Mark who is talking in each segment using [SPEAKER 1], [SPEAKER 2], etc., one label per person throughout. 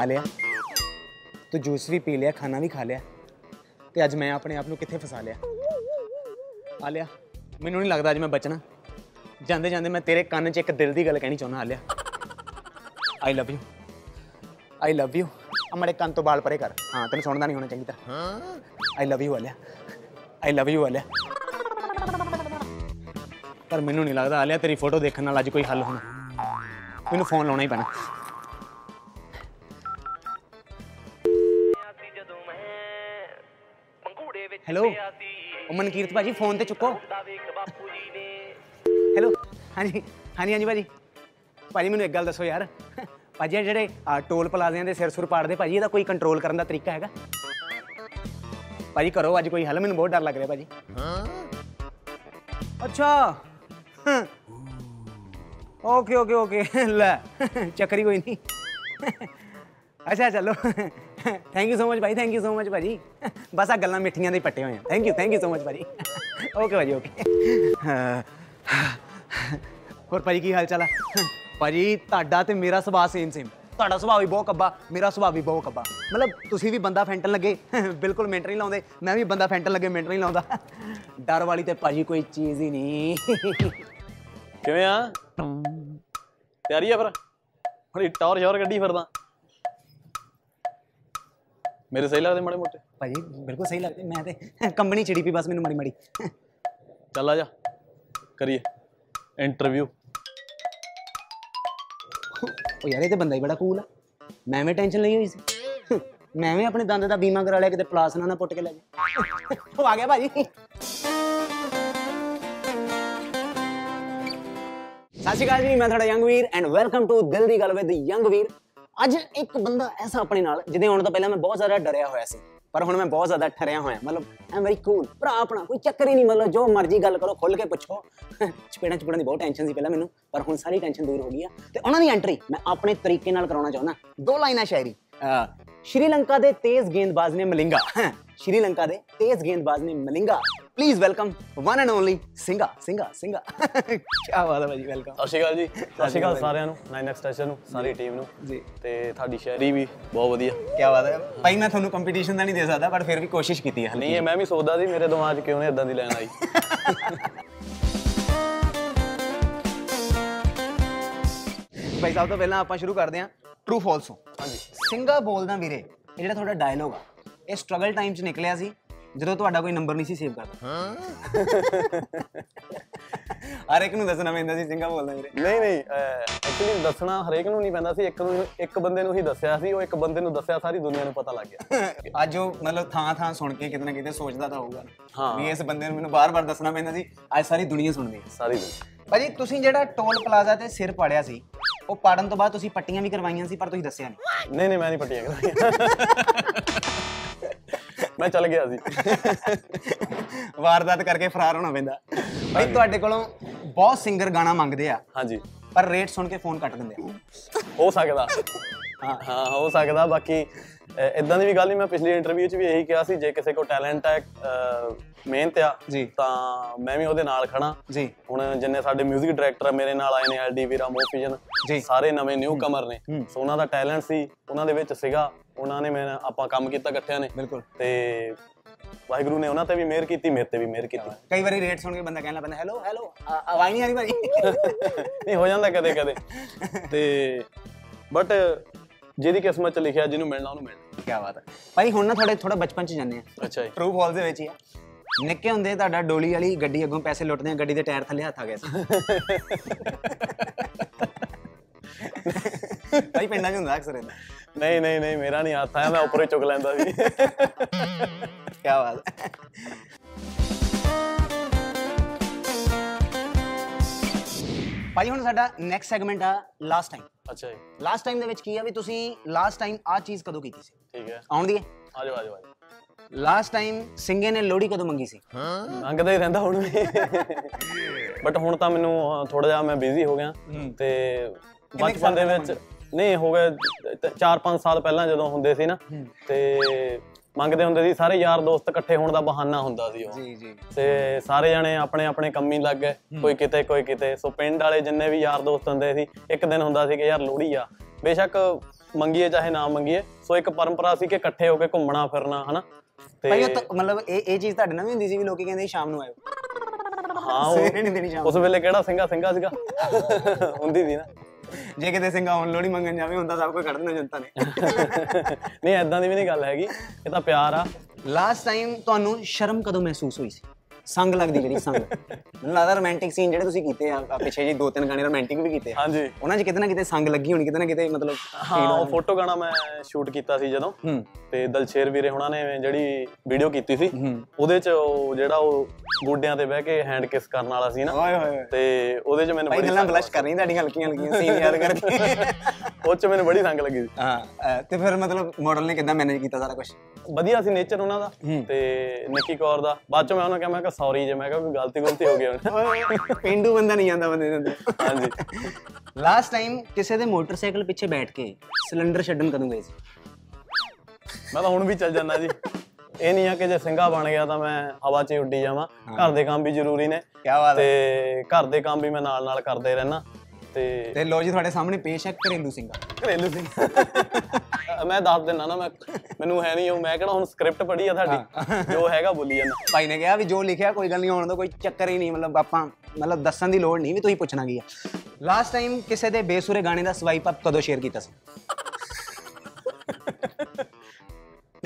[SPEAKER 1] ਆ ਲਿਆ ਤੂੰ ਜੂਸ ਵੀ ਪੀ ਲਿਆ ਖਾਣਾ ਵੀ ਖਾ ਲਿਆ ਤੇ ਅੱਜ ਮੈਂ ਆਪਣੇ ਆਪ ਨੂੰ ਕਿੱਥੇ ਫਸਾ ਲਿਆ ਆ ਲਿਆ ਮੈਨੂੰ ਨਹੀਂ ਲੱਗਦਾ ਅੱਜ ਮੈਂ ਬਚਣਾ ਜਾਂਦੇ ਜਾਂਦੇ ਮੈਂ ਤੇਰੇ ਕੰਨ 'ਚ ਇੱਕ ਦਿਲ ਦੀ ਗੱਲ ਕਹਿਣੀ ਚਾਹੁੰਦਾ ਆ ਲਿਆ I love you I love you ਅਮਰੇ ਕੰਨ ਤੋਂ ਬਾਲ ਪਰੇ ਕਰ ਹਾਂ ਤੈਨੂੰ ਸੁਣਦਾ ਨਹੀਂ ਹੋਣਾ ਚੰਗੀ ਤਰ੍ਹਾਂ ਆਈ ਲਵ ਯੂ ਆ ਲਿਆ ਆਈ ਲਵ ਯੂ ਆ ਲਿਆ ਪਰ ਮੈਨੂੰ ਨਹੀਂ ਲੱਗਦਾ ਆਲਿਆ ਤੇਰੀ ਫੋਟੋ ਦੇਖਣ ਨਾਲ ਅੱਜ ਕੋਈ ਹੱਲ ਹੋਣਾ ਮੈਨੂੰ ਫੋਨ ਲਾਉਣਾ ਹੀ ਪੈਣਾ
[SPEAKER 2] ਸੀ ਜਦੋਂ ਮੈਂ ਪੰਘੂੜੇ ਵਿੱਚ
[SPEAKER 1] ਹੈਲੋ
[SPEAKER 2] ਪਿਆ ਸੀ
[SPEAKER 1] ਉਹ ਮਨਕੀਰਤ ਭਾਜੀ ਫੋਨ ਤੇ ਚੁੱਕੋ
[SPEAKER 2] ਦਾ ਵੇਖ ਬਾਪੂ ਜੀ ਨੇ
[SPEAKER 1] ਹੈਲੋ ਹਾਂਜੀ ਹਾਂਜੀ ਹਾਂਜੀ ਭਾਜੀ ਭਾਜੀ ਮੈਨੂੰ ਇੱਕ ਗੱਲ ਦੱਸੋ ਯਾਰ ਭਾਜੀ ਇਹ ਜਿਹੜੇ ਆਹ, ਟੋਲ ਪਲਾਜ਼ਿਆਂ ਦੇ ਸਿਰ ਸੁਰ ਪਾੜਦੇ ਭਾਜੀ ਇਹਦਾ ਕੋਈ ਕੰਟਰੋਲ ਕਰਨ ਦਾ ਤਰੀਕਾ ਹੈਗਾ ਭਾਜੀ ਕਰੋ ਅੱਜ ਕੋਈ ਹੱਲ ਮੈਨੂੰ ਬਹੁਤ ਡਰ ਲੱਗ ਰਿਹਾ ਭਾਜੀ ਅੱਛਾ ਓਕੇ ਓਕੇ ਓਕੇ ਲੈ ਚੱਕਰੀ ਕੋਈ ਨਹੀਂ ਅੱਛਾ ਚਲੋ ਥੈਂਕ ਯੂ ਸੋ ਮਚ ਭਾਈ ਥੈਂਕ ਯੂ ਸੋ ਮਚ ਭਾਜੀ ਬਸ ਆ ਗੱਲਾਂ ਮਿੱਠੀਆਂ ਦੇ ਹੀ ਪੱਟੇ ਹੋਏ ਆ thank you thank you so much ਭਾਜੀ ਓਕੇ ਭਾਜੀ ਓਕੇ ਹੋਰ ਭਾਜੀ ਕੀ ਹਾਲ ਚਾਲ ਆ ਭਾਜੀ ਤੁਹਾਡਾ ਤੇ ਮੇਰਾ ਸੁਭਾਅ ਸੇਮ ਸੇਮ ਤੁਹਾਡਾ ਸੁਭਾਅ ਵੀ ਬਹੁਤ ਕੱਬਾ ਮੇਰਾ ਸੁਭਾਅ ਵੀ ਬਹੁਤ ਕੱਬਾ ਮਤਲਬ ਤੁਸੀਂ ਵੀ ਬੰਦਾ ਫੈਂਟਣ ਲੱਗੇ ਬਿਲਕੁਲ ਮਿੰਟ ਨਹੀਂ ਲਾਉਂਦੇ ਮੈਂ ਵੀ ਬੰਦਾ ਫੈਂਟਣ ਲੱਗੇ ਮਿੰਟ ਨਹੀਂ ਲਾਉਂਦਾ ਡਰ ਵਾਲੀ ਤੇ ਭਾਜੀ ਕੋਈ ਚੀਜ਼ ਹੀ ਨਹੀਂ
[SPEAKER 3] ਕਿਵੇਂ ਆ ਤਿਆਰੀ ਆ ਫਿਰ ਬੜੀ ਟੌਰ ਸ਼ੌਰ ਕੱਢੀ ਫਿਰਦਾ ਮੇਰੇ ਸਹੀ ਲੱਗਦੇ ਮਾੜੇ ਮੋਟੇ
[SPEAKER 1] ਭਾਜੀ ਬਿਲਕੁਲ ਸਹੀ ਲੱਗਦੇ ਮੈਂ ਤੇ ਕੰਬਣੀ ਚਿੜੀ ਪੀ ਬਸ ਮੈਨੂੰ ਮੜੀ ਮੜੀ
[SPEAKER 3] ਚੱਲ ਆ ਜਾ ਕਰੀਏ ਇੰਟਰਵਿਊ
[SPEAKER 1] ਉਹ ਯਾਰ ਇਹ ਤੇ ਬੰਦਾ ਹੀ ਬੜਾ ਕੂਲ ਆ ਮੈਂ ਵੀ ਟੈਨਸ਼ਨ ਲਈ ਹੋਈ ਸੀ ਮੈਂ ਵੀ ਆਪਣੇ ਦੰਦ ਦਾ ਬੀਮਾ ਕਰਾ ਲਿਆ ਕਿਤੇ ਪਲਾਸ ਨਾ ਨਾ ਪੁੱਟ ਕੇ ਲੈ ਜਾ ਉਹ ਆ ਗਿਆ ਭਾਜੀ ਸਤਿ ਸ਼੍ਰੀ ਅਕਾਲ ਜੀ ਮੈਂ ਤੁਹਾਡਾ young Veer and welcome to ਦਿਲ ਦੀ ਗੱਲ ਵਿਦ ਯੰਗ ਵੀਰ ਅੱਜ ਇੱਕ ਬੰਦਾ ਐਸਾ ਆਪਣੇ ਨਾਲ ਜਿਹਦੇ ਆਉਣ ਤੋਂ ਪਹਿਲਾਂ ਮੈਂ ਬਹੁਤ ਜ਼ਿਆਦਾ ਡਰਿਆ ਹੋਇਆ ਸੀ ਪਰ ਹੁਣ ਮੈਂ ਬਹੁਤ ਜ਼ਿਆਦਾ ਠਰਿਆ ਹੋਇਆ ਮਤਲਬ ਆਮ ਵੈਰੀ ਕੂਲ ਭਰਾ ਆਪਣਾ ਕੋਈ ਚੱਕਰ ਹੀ ਨਹੀਂ ਮਤਲਬ ਜੋ ਮਰਜ਼ੀ ਗੱਲ ਕਰੋ ਖੁੱਲ ਕੇ ਪੁੱਛੋ ਚਪੇੜਾਂ ਚਪੇੜਾਂ ਦੀ ਬਹੁਤ ਟੈਨਸ਼ਨ ਸੀ ਪਹਿਲਾਂ ਮੈਨੂੰ ਪਰ ਹੁਣ ਸਾਰੀ ਟੈਨਸ਼ਨ ਦੂਰ ਹੋ ਗਈ ਆ ਤੇ ਉਹਨਾਂ ਦੀ ਐਂਟਰੀ ਮੈਂ ਆਪਣੇ ਤਰੀਕੇ ਨਾਲ ਕਰਾਉਣਾ ਚਾਹੁੰਦਾ ਦੋ ਲਾਈਨਾਂ ਸ਼ਾਇਰੀ ਅਹ, ਸ਼੍ਰੀਲੰਕਾ ਦੇ ਤੇਜ਼ ਗੇਂਦਬਾਜ਼ ਨੇ ਮਲਿੰਗਾ ਸ਼੍ਰੀਲੰਕਾ ਦੇ ਤੇਜ਼ ਗੇਂਦਬਾਜ਼ ਨੇ Malinga please welcome one and only ਸਿੰਘਾ ਸਿੰਘਾ ਸਿੰਘਾ ਕੀ ਬਾਤ ਹੈ ਭਾਜੀ ਵੈਲਕਮ
[SPEAKER 3] ਸਤਿ ਸ਼੍ਰੀ ਅਕਾਲ ਜੀ ਸਤਿ ਸ਼੍ਰੀ ਅਕਾਲ ਸਾਰਿਆਂ ਨੂੰ 9x ਸਟੇਸ਼ਨ ਨੂੰ ਸਾਰੀ ਟੀਮ ਨੂੰ
[SPEAKER 1] ਜੀ।
[SPEAKER 3] ਤੇ ਤੁਹਾਡੀ ਸ਼ਾਇਰੀ ਵੀ ਬਹੁਤ ਵਧੀਆ
[SPEAKER 1] ਕੀ ਬਾਤ ਹੈ ਭਾਈ ਮੈਂ ਤੁਹਾਨੂੰ ਕੰਪੀਟੀਸ਼ਨ ਦਾ ਨਹੀਂ ਦੇ ਸਕਦਾ ਪਰ ਫਿਰ ਵੀ ਕੋਸ਼ਿਸ਼ ਕੀਤੀ ਹੈ ਹਲੇ
[SPEAKER 3] ਨਹੀਂ ਇਹ ਮੈਂ ਵੀ ਸੋਚਦਾ ਸੀ ਮੇਰੇ ਦਿਮਾਗ 'ਚ ਕਿਉਂ ਨੇ ਇਦਾਂ ਦੀ ਲਾਈਨ ਆਈ
[SPEAKER 1] ਭਾਈ ਸਾਹਿਬ ਤੋਂ ਪਹਿਲਾਂ ਆਪਾਂ ਸ਼ੁਰੂ ਕਰਦੇ ਹਾਂ ਟਰੂ ਫਾਲਸੋ ਹਾਂਜੀ ਸਿੰਘਾ ਬੋਲਦਾ ਵੀਰੇ ਇਹ ਜਿਹੜਾ ਤੁਹਾਡਾ ਡਾਇਲੋਗ ਆ ਇਹ ਸਟਰਗਲ ਟਾਈਮ 'ਚ ਨਿਕਲਿਆ ਸੀ ਜਦੋਂ ਤੁਹਾਡਾ ਕੋਈ ਨੰਬਰ ਨਹੀਂ ਸੀ ਸੇਵ ਕਰਦਾ ਹਰ ਇੱਕ ਨੂੰ ਦੱਸਣਾ ਪੈਂਦਾ ਸੀ ਸਿੰਘਾ ਬੋਲਦਾ ਵੀਰੇ
[SPEAKER 3] ਨਹੀਂ ਨਹੀਂ ਐਕਚੁਅਲੀ ਦੱਸਣਾ ਹਰੇਕ ਨੂੰ ਨਹੀਂ ਪੈਂਦਾ ਸੀ ਇੱਕ ਨੂੰ ਇੱਕ ਬੰਦੇ ਨੂੰ ਹੀ ਦੱਸਿਆ ਸੀ ਉਹ ਇੱਕ ਬੰਦੇ ਨੂੰ ਦੱਸਿਆ ਸਾਰੀ ਦੁਨੀਆ ਨੂੰ ਪਤਾ ਲੱਗ ਗਿਆ
[SPEAKER 1] ਅੱਜ ਉਹ ਮਤਲਬ ਥਾਂ ਥਾਂ ਸੁਣ ਕੇ ਕਿਤੇ ਨਾ ਕਿਤੇ ਸੋਚਦਾ ਤਾਂ ਹੋਊਗਾ
[SPEAKER 3] ਹਾਂ।
[SPEAKER 1] ਵੀ ਇਸ ਬੰਦੇ ਨੂੰ ਮੈਨੂੰ ਬਾਰ-ਬਾਰ ਦੱਸਣਾ ਪੈਂਦਾ ਸੀ ਅੱਜ ਸਾਰੀ ਦੁਨੀਆ ਸੁਣਦੀ ਹੈ
[SPEAKER 3] ਸਾਰੀ ਦੁਨੀਆ
[SPEAKER 1] ਭਾਜੀ ਤੁਸੀਂ ਜਿਹੜਾ ਟੋਲ ਪਲਾਜ਼ਾ ਤੇ ਸਿਰ ਪਾੜਿਆ ਸੀ ਉਹ ਪਾੜਨ ਤੋਂ ਬਾਅਦ ਤੁਸੀਂ ਪੱਟੀਆਂ ਵੀ ਕਰਵਾਈਆਂ ਸੀ ਪਰ ਤੁਸੀਂ ਦੱਸਿਆ ਨਹੀਂ
[SPEAKER 3] ਨਹੀਂ ਨਹੀਂ ਮੈਂ ਨਹੀਂ ਪੱਟੀਆਂ ਕਰਾਈਆਂ। ਮੈਂ ਚੱਲ ਗਿਆ ਸੀ
[SPEAKER 1] ਵਾਰਦਾਤ ਕਰਕੇ ਫਰਾਰ ਹੋਣਾ ਪੈਂਦਾ ਬਈ ਤੁਹਾਡੇ ਕੋਲੋਂ ਬਹੁਤ ਸਿੰਗਰ ਗਾਣਾ ਮੰਗਦੇ ਆ
[SPEAKER 3] ਹਾਂਜੀ
[SPEAKER 1] ਪਰ ਰੇਟ ਸੁਣ ਕੇ ਫੋਨ ਕੱਟ ਦਿੰਦੇ ਆ
[SPEAKER 3] ਹੋ ਸਕਦਾ ਹਾਂ ਹਾਂ ਹੋ ਸਕਦਾ ਬਾਕੀ ਇਦਾਂ ਦੀ ਵੀ ਗੱਲ ਨਹੀਂ ਮੈਂ ਪਿਛਲੀ ਇੰਟਰਵਿਊ 'ਚ ਵੀ ਇਹੀ ਕਿਹਾ ਸੀ ਜੇ ਕਿਸੇ ਕੋਲ ਟੈਲੈਂਟ ਹੈ ਅਹ, ਮਿਹਨਤ ਆ
[SPEAKER 1] ਜੀ।
[SPEAKER 3] ਤਾਂ ਮੈਂ ਵੀ ਉਹਦੇ ਨਾਲ ਖੜਾ
[SPEAKER 1] ਜੀ
[SPEAKER 3] ਹੁਣ ਜਿੰਨੇ ਸਾਡੇ 뮤직 ਡਾਇਰੈਕਟਰ ਮੇਰੇ ਨਾਲ ਆਏ ਨੇ ਐਲਡੀ ਵੀਰਾ
[SPEAKER 1] ਜੀ।
[SPEAKER 3] ਮੋਫਿਜਨ ਸਾਰੇ ਨਵੇਂ ਨਿਊ ਕਮਰ ਨੇ ਸੋ ਉਹਨਾਂ ਦਾ ਟੈਲੈਂਟ ਸੀ ਉਹਨਾਂ ਦੇ ਵਿੱਚ ਸੀਗਾ ਉਹਨਾਂ ਨੇ ਮੈਂ ਆਪਾਂ ਕੰਮ ਕੀਤਾ ਇਕੱਠਿਆਂ ਨੇ
[SPEAKER 1] ਬਿਲਕੁਲ
[SPEAKER 3] ਤੇ ਵਾਹਿਗੁਰੂ ਨੇ ਉਹਨਾਂ ਤੇ ਵੀ ਮਿਹਰ ਕੀਤੀ ਮੇਰੇ ਤੇ ਵੀ ਮਿਹਰ ਕੀਤੀ
[SPEAKER 1] ਕਈ ਵਾਰੀ ਰੇਟ ਸੁਣ ਕੇ ਬੰਦਾ ਕਹਿਣ ਲੱਗ ਪੈਂਦਾ ਹੈਲੋ ਹੈਲੋ ਆਵਾਜ਼ ਨਹੀਂ ਆ ਰਹੀ ਭਾਜੀ
[SPEAKER 3] ਨਹੀਂ ਹੋ ਜਾਂਦਾ ਕਦੇ ਕਦੇ ਤੇ ਬਟ ਜਿਹਦੀ ਕਿਸਮਤ ਚ ਲਿਖਿਆ ਜਿਹਨੂੰ ਮਿਲਣਾ ਉਹਨੂੰ ਮਿਲਣਾ
[SPEAKER 1] ਕੀ ਬਾਤ ਹੈ ਭਾਈ ਹੁਣ ਨਾ ਥੋੜੇ ਥੋੜਾ ਬਚਪਨ ਚ ਜਾਂਦੇ ਆ
[SPEAKER 3] ਅੱਛਾ ਜੀ
[SPEAKER 1] ਟਰੂ ਫਾਲ ਦੇ ਵਿੱਚ ਹੀ ਆ ਨਿੱਕੇ ਹੁੰਦੇ ਤੁਹਾਡਾ ਡੋਲੀ ਵਾਲੀ ਗੱਡੀ ਅੱਗੋਂ ਪੈਸੇ ਲੁੱਟਦੇ ਆ ਗੱਡੀ ਦੇ ਟਾਇਰ ਥੱਲੇ ਹੱਥ ਆ ਗਿਆ ਸੀ ਭਾਈ ਪਿੰਡਾਂ 'ਚ ਹੁੰਦਾ ਅਕਸਰ ਇਹਦਾ
[SPEAKER 3] ਨਹੀਂ ਨਹੀਂ ਨਹੀਂ ਮੇਰਾ ਨਹੀਂ ਹੱਥ ਆਇਆ ਮੈਂ ਉੱਪਰੋਂ ਚੁੱਕ ਲੈਂਦਾ ਸੀ
[SPEAKER 1] ਕੀ ਬਾਤ ਹੈ ਭਾਈ ਹੁਣ ਸਾਡਾ ਨੈਕਸਟ ਸੈਗਮੈਂਟ ਆ ਲਾਸਟ ਟਾਈਮ
[SPEAKER 3] ਅੱਛਾ ਜੀ
[SPEAKER 1] ਲਾਸਟ ਟਾਈਮ ਦੇ ਵਿੱਚ ਕੀ ਆ ਵੀ ਤੁਸੀਂ ਲਾਸਟ ਟਾਈਮ ਆ ਚੀਜ਼ ਕਦੋਂ ਕੀਤੀ ਸੀ
[SPEAKER 3] ਠੀਕ ਹੈ
[SPEAKER 1] ਆਉਣ ਦੀ ਹੈ
[SPEAKER 3] ਆ ਜਾਓ ਆ ਜਾਓ ਆ ਜਾਓ
[SPEAKER 1] ਲਾਸਟ ਟਾਈਮ ਸਿੰਘੇ ਨੇ ਲੋੜੀ ਕਦੋਂ ਮੰਗੀ ਸੀ
[SPEAKER 3] ਮੰਗਦਾ ਹੀ ਰਹਿੰਦਾ ਹੁਣ ਵੀ ਬਟ ਹੁਣ ਤਾਂ ਮੈਨੂੰ ਥੋੜਾ ਜਿਹਾ ਮੈਂ ਬਿਜ਼ੀ ਹੋ ਗਿਆ ਤੇ ਬਚਪਨ ਦੇ ਵਿੱਚ ਨਹੀਂ ਹੋ ਗਿਆ 4-5 ਸਾਲ ਪਹਿਲਾਂ ਜਦੋਂ ਹੁੰਦੇ ਸੀ ਨਾ ਤੇ ਮੰਗਦੇ ਹੁੰਦੇ ਸੀ ਸਾਰੇ ਯਾਰ ਦੋਸਤ ਇਕੱਠੇ ਹੋਣ ਦਾ ਬਹਾਨਾ ਹੁੰਦਾ ਸੀ ਉਹ
[SPEAKER 1] ਜੀ ਜੀ
[SPEAKER 3] ਤੇ ਸਾਰੇ ਜਣੇ ਆਪਣੇ ਆਪਣੇ ਕੰਮੀ ਲੱਗ ਗਏ ਕੋਈ ਕਿਤੇ ਕੋਈ ਕਿਤੇ ਸੋ ਪਿੰਡ ਵਾਲੇ ਜਿੰਨੇ ਵੀ ਯਾਰ ਦੋਸਤ ਹੁੰਦੇ ਸੀ ਇੱਕ ਦਿਨ ਹੁੰਦਾ ਸੀ ਕਿ ਯਾਰ ਲੋਹੜੀ ਆ ਬੇਸ਼ੱਕ ਮੰਗੀਏ ਚਾਹੇ ਨਾ ਮੰਗੀਏ ਸੋ ਇੱਕ ਪਰੰਪਰਾ ਸੀ ਕਿ ਇਕੱਠੇ ਹੋ ਕੇ ਘੁੰਮਣਾ ਫਿਰਨਾ ਹਨਾ
[SPEAKER 1] ਭਾਈ ਉਹ ਤਾਂ- ਮਤਲਬ ਇਹ ਇਹ ਚੀਜ਼ ਤੁਹਾਡੇ ਨਾਲ ਵੀ ਹੁੰਦੀ ਸੀ ਵੀ ਲੋਕੀ ਕਹਿੰਦੇ ਸੀ ਸ਼ਾਮ ਨੂੰ ਆਇਓ
[SPEAKER 3] ਹਾਂ
[SPEAKER 1] ਸਵੇਰੇ ਨਹੀਂ ਦੇਣੀ
[SPEAKER 3] ਉਹ
[SPEAKER 1] ਸ਼ਾਮ
[SPEAKER 3] ਉਸ ਵੇਲੇ ਕਿਹੜਾ ਸਿੰਘਾ ਸਿੰਘਾ ਸੀਗਾ ਹੁੰਦੀ ਸੀ ਨਾ
[SPEAKER 1] ਜੇ ਕਿਤੇ ਸਿੰਘਾ ਹੁਣ ਲੋੜੀ ਮੰਗਣ ਜਾਵੇ ਹੁੰਦਾ ਸਭ ਕੁਝ ਕੱਢਣਾ ਜਨਤਾ ਨੇ
[SPEAKER 3] ਨਹੀਂ ਐਦਾਂ ਦੀ ਵੀ ਨਹੀਂ ਗੱਲ ਹੈਗੀ ਇਹ ਤਾਂ ਪਿਆਰ ਆ
[SPEAKER 1] ਲਾਸਟ ਟਾਈਮ ਤੁਹਾਨੂੰ ਸ਼ਰਮ ਕਦੋਂ ਮਹਿਸੂਸ ਹੋਈ ਸੀ ਸੰਗ ਲੱਗਦੀ ਜਿਹੜੀ ਸੰਗ ਮੈਨੂੰ ਲੱਗਦਾ ਰੋਮਾਂਟਿਕ ਸੀਨ ਜਿਹੜੇ ਤੁਸੀਂ ਕੀਤੇ ਆ ਆ ਪਿੱਛੇ ਜੀ ਦੋ ਤਿੰਨ ਗਾਣੇ ਰੋਮਾਂਟਿਕ ਵੀ ਕੀਤੇ ਆ
[SPEAKER 3] ਹਾਂਜੀ
[SPEAKER 1] ਉਹਨਾਂ 'ਚ ਕਿਤੇ ਨਾ ਕਿਤੇ ਸੰਗ ਲੱਗੀ ਹੋਣੀ ਕਿਤੇ ਨਾ ਕਿਤੇ ਮਤਲਬ
[SPEAKER 3] ਹਾਂ ਉਹ ਫੋਟੋ ਗਾਣਾ ਮੈਂ ਸ਼ੂਟ ਕੀਤਾ ਸੀ ਜਦੋਂ
[SPEAKER 1] ਹੂੰ।
[SPEAKER 3] ਤੇ ਦਲਸ਼ੇਰ ਵੀਰੇ ਉਹਨਾਂ ਨੇ ਜਿਹੜੀ ਵੀਡੀਓ ਕੀਤੀ ਸੀ ਉਹਦੇ ਚ ਉਹ ਜਿਹੜਾ ਉਹ ਗੋਡਿਆਂ ਤੇ ਬਹਿ ਕੇ ਹੈਂਡ ਕਿਸ ਕਰਨ ਵਾਲਾ ਸੀ ਨਾ
[SPEAKER 1] ਓਏ ਹੋਏ
[SPEAKER 3] ਤੇ ਉਹਦੇ ਚ ਮੈਨੂੰ
[SPEAKER 1] ਭਾਈ
[SPEAKER 3] ਬੜੀ
[SPEAKER 1] ਗੱਲਾਂ
[SPEAKER 3] ਸੰਗ-
[SPEAKER 1] ਬਲਸ਼ ਕਰ ਰਹੀਆਂ ਤੁਹਾਡੀਆਂ ਹਲਕੀਆਂ ਹਲਕੀਆਂ ਸੀਨ ਯਾਦ ਕਰਕੇ
[SPEAKER 3] ਉਹ ਚ ਮੈਨੂੰ ਬੜੀ ਸੰਗ ਲੱਗੀ ਸੀ
[SPEAKER 1] ਹਾਂ ਅਹ, ਤੇ ਫਿਰ ਮਤਲਬ ਮਾਡਲ ਨੇ ਕਿੱਦਾਂ ਮੈਨੇਜ ਕੀਤਾ ਸਾਰਾ ਕੁਝ
[SPEAKER 3] ਵਧੀਆ ਸੀ ਨੇਚਰ ਉਹਨਾਂ ਦਾ ਤੇ ਨਿੱਕੀ ਕੌਰ ਦਾ ਬਾਅਦ ਚ ਮੈਂ ਉਹਨਾਂ ਨੂੰ ਕਿਹਾ ਮੈਂ ਕਿਹਾ ਸੌਰੀ ਜੇ ਮੈਂ ਕਿਹਾ ਕੋਈ ਗਲਤੀ ਗੁਲਤੀ ਹੋ ਗਈ ਹੁਣ
[SPEAKER 1] ਪਿੰਡੂ ਬੰਦਾ ਨਹੀਂ ਜਾਂਦਾ ਬੰਦੇ ਦੇ ਅੰਦਰ
[SPEAKER 3] ਹਾਂਜੀ
[SPEAKER 1] ਲਾਸਟ ਟਾਈਮ ਕਿਸੇ ਦੇ ਮੋਟਰਸਾਈਕਲ ਪਿੱਛੇ ਬੈਠ ਕੇ ਸਿਲੰਡਰ ਛੱਡਣ ਕਦੋਂ ਗਏ ਸੀ
[SPEAKER 3] ਮੈਂ ਤਾਂ ਹੁਣ ਵੀ ਚੱਲ ਜਾਂਦਾ ਜੀ ਇਹ ਨਹੀਂ ਆ ਕਿ ਜੇ ਸਿੰਘਾ ਬਣ ਗਿਆ ਤਾਂ ਮੈਂ ਹਵਾ 'ਚ ਹੀ ਉੱਡੀ ਜਾਵਾਂ ਘਰ ਦੇ ਕੰਮ ਵੀ ਜ਼ਰੂਰੀ ਨੇ
[SPEAKER 1] ਕਿਆ ਬਾਤ
[SPEAKER 3] ਤੇ ਘਰ ਦੇ ਕੰਮ ਵੀ ਮੈਂ ਨਾਲ ਨਾਲ ਕਰਦੇ ਰਹਿਣਾ ਤੇ
[SPEAKER 1] ਤੇ ਲੋ ਜੀ ਤੁਹਾਡੇ ਸਾਹਮਣੇ ਪੇਸ਼ ਹੈ ਘਰੇਲੂ ਸਿੰਘਾ
[SPEAKER 3] ਘਰੇਲੂ ਸਿੰਘ ਮੈਂ ਦੱਸ ਦਿੰਦਾ ਨਾ ਮੈਂ ਮੈਨੂੰ ਹੈ ਨਹੀਂ ਉਹ ਮੈਂ ਕਿਹੜਾ ਹੁਣ ਸਕ੍ਰਿਪਟ ਪੜ੍ਹੀ ਆ ਤੁਹਾਡੀ ਜੋ ਹੈਗਾ ਬੋਲੀ ਜਾਂਦਾ
[SPEAKER 1] ਭਾਈ ਨੇ ਕਿਹਾ ਵੀ ਜੋ ਲਿਖਿਆ ਕੋਈ ਗੱਲ ਨਹੀਂ ਆਉਣ ਦਾ ਕੋਈ ਚੱਕਰ ਹੀ ਨਹੀਂ ਮਤਲਬ ਆਪਾਂ ਮਤਲਬ ਦੱਸਣ ਦੀ ਲੋੜ ਨਹੀਂ ਵੀ ਤੁਸੀਂ ਪੁੱਛਣਾ ਕੀ ਆ ਲਾਸਟ ਟਾਈਮ ਕਿਸੇ ਦੇ ਬੇਸੁਰੇ ਗਾਣੇ ਦਾ ਸਵਾਈਪ ਅਪ ਕਦੋਂ ਸ਼ੇਅਰ ਕੀਤਾ ਸੀ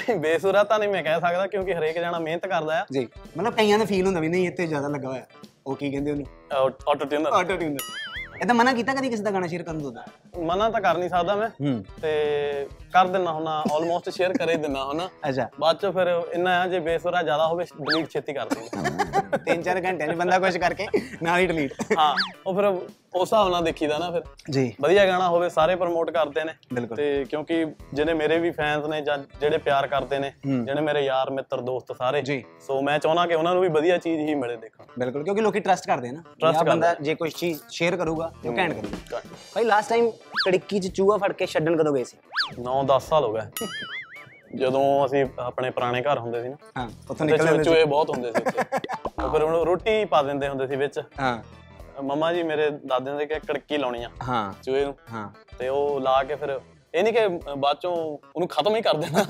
[SPEAKER 3] ਨਹੀਂ, ਬੇਸੁਰਾ ਤਾਂ ਨਹੀਂ ਮੈਂ ਕਹਿ ਸਕਦਾ ਕਿਉਂਕਿ ਹਰੇਕ ਜਣਾ ਮਿਹਨਤ ਕਰਦਾ ਆ
[SPEAKER 1] ਜੀ ਮਤਲਬ ਕਈਆਂ ਦਾ ਫੀਲ ਹੁੰਦਾ ਵੀ ਨਹੀਂ ਇੱਥੇ ਜ਼ਿਆਦਾ ਲੱਗਾ ਹੋਇਆ ਉਹ ਕੀ ਕਹਿੰਦੇ ਉਹਨੂੰ
[SPEAKER 3] ਆਟੋ ਟਿਊਨਰ
[SPEAKER 1] ਆਟੋ ਟਿਊਨ ਇਹਦਾ ਮਨਾ ਕੀਤਾ ਕਦੀ ਕਿਸੇ ਦਾ ਗਾਣਾ ਸ਼ੇਅਰ ਕਰਨ ਤੋਂ ਦਾ
[SPEAKER 3] ਮਨਾ ਤਾਂ ਕਰ ਨਹੀਂ ਸਕਦਾ ਮੈਂ ਤੇ ਕਰ ਦਿੰਦਾ ਹੁਣਾ ਆਲਮੋਸਟ ਸ਼ੇਅਰ ਕਰ ਹੀ ਦਿੰਦਾ ਹੁਣਾ
[SPEAKER 1] ਅੱਛਾ
[SPEAKER 3] ਬਾਅਦ ਚ ਫਿਰ ਇੰਨਾ ਆ ਜੇ ਬੇਸੁਰਾ ਜ਼ਿਆਦਾ ਹੋਵੇ ਡਿਲੀਟ ਛੇਤੀ ਕਰ ਦਿੰਦਾ
[SPEAKER 1] ਤਿੰਨ ਚਾਰ ਘੰਟੇ ਚ ਬੰਦਾ ਕੁਝ ਕਰਕੇ ਨਾਲ ਹੀ ਡਿਲੀਟ
[SPEAKER 3] ਹਾਂ ਉਹ ਫਿਰ ਉਸ ਹਿਸਾਬ ਨਾਲ ਦੇਖੀਦਾ ਨਾ ਫਿਰ
[SPEAKER 1] ਜੀ
[SPEAKER 3] ਵਧੀਆ ਗਾਣਾ ਹੋਵੇ ਸਾਰੇ ਪ੍ਰਮੋਟ ਕਰਦੇ ਨੇ
[SPEAKER 1] ਬਿਲਕੁਲ।
[SPEAKER 3] ਤੇ ਕਿਉਂਕਿ ਜਿਹਨੇ ਮੇਰੇ ਵੀ ਫੈਨਸ ਨੇ ਜਾਂ ਜਿਹੜੇ ਪਿਆਰ ਕਰਦੇ ਨੇ ਜਿਹੜੇ ਮੇਰੇ ਯਾਰ ਮਿੱਤਰ ਦੋਸਤ ਸਾਰੇ
[SPEAKER 1] ਜੀ।
[SPEAKER 3] ਸੋ ਮੈਂ ਚਾਹੁੰਦਾ ਕਿ ਉਹਨਾਂ ਨੂੰ ਵੀ ਵਧੀਆ ਚੀਜ਼ ਹੀ ਮਿਲੇ ਦੇਖਣ
[SPEAKER 1] ਬਿਲਕੁਲ ਕਿਉਂਕਿ ਲੋਕੀ ਟਰਸਟ ਕਰਦੇ ਆ ਨਾ ਵੀ ਆਹ ਬੰਦਾ ਜੇ ਕੋਈ ਚੀਜ਼ ਸ਼ੇਅਰ ਕਰੂਗਾ ਤੇ ਉਹ ਘੈਂਟ ਕਰੂਗਾ ਭਾਈ ਲਾਸਟ ਟਾਈਮ ਕੜਿੱਕੀ ਚ ਚੂਹਾ ਫੜ ਕੇ ਛੱਡਣ ਕਦੋਂ ਗਏ ਸੀ
[SPEAKER 3] 9-10 ਸਾਲ ਹੋ ਗਏ ਜਦੋਂ ਅਸੀਂ ਆਪਣੇ ਪੁਰਾਣੇ ਘਰ ਹੁੰਦੇ ਸੀ ਨਾ
[SPEAKER 1] ਹਾਂ ਉੱਥੋਂ
[SPEAKER 3] ਤੇ
[SPEAKER 1] ਨਿਕਲ
[SPEAKER 3] ਚੂਹੇ
[SPEAKER 1] ਜਾਂਦੇ ਸੀ
[SPEAKER 3] ਚੂਹੇ ਬਹੁਤ ਹੁੰਦੇ ਸੀ ਉੱਥੇ ਉਹ ਫਿਰ ਹੁਣ ਰੋਟੀ ਪਾ ਦਿੰਦੇ ਹੁੰਦੇ ਸੀ ਵਿੱਚ
[SPEAKER 1] ਹਾਂ
[SPEAKER 3] ਮੰਮਾ ਜੀ ਮੇਰੇ ਦਾਦੇ ਨੇ ਕਿਹਾ ਕੜਕੀ ਲਾਉਣੀ ਆ
[SPEAKER 1] ਹਾਂ
[SPEAKER 3] ਚੂਹੇ ਨੂੰ
[SPEAKER 1] ਹਾਂ
[SPEAKER 3] ਤੇ ਉਹ ਲਾ ਕੇ ਫਿਰ ਇਹ ਨਹੀਂ ਕਿ ਬਾਅਦ ਚੋਂ ਉਹਨੂੰ ਖਤਮ ਹੀ ਕਰ ਦੇਣਾ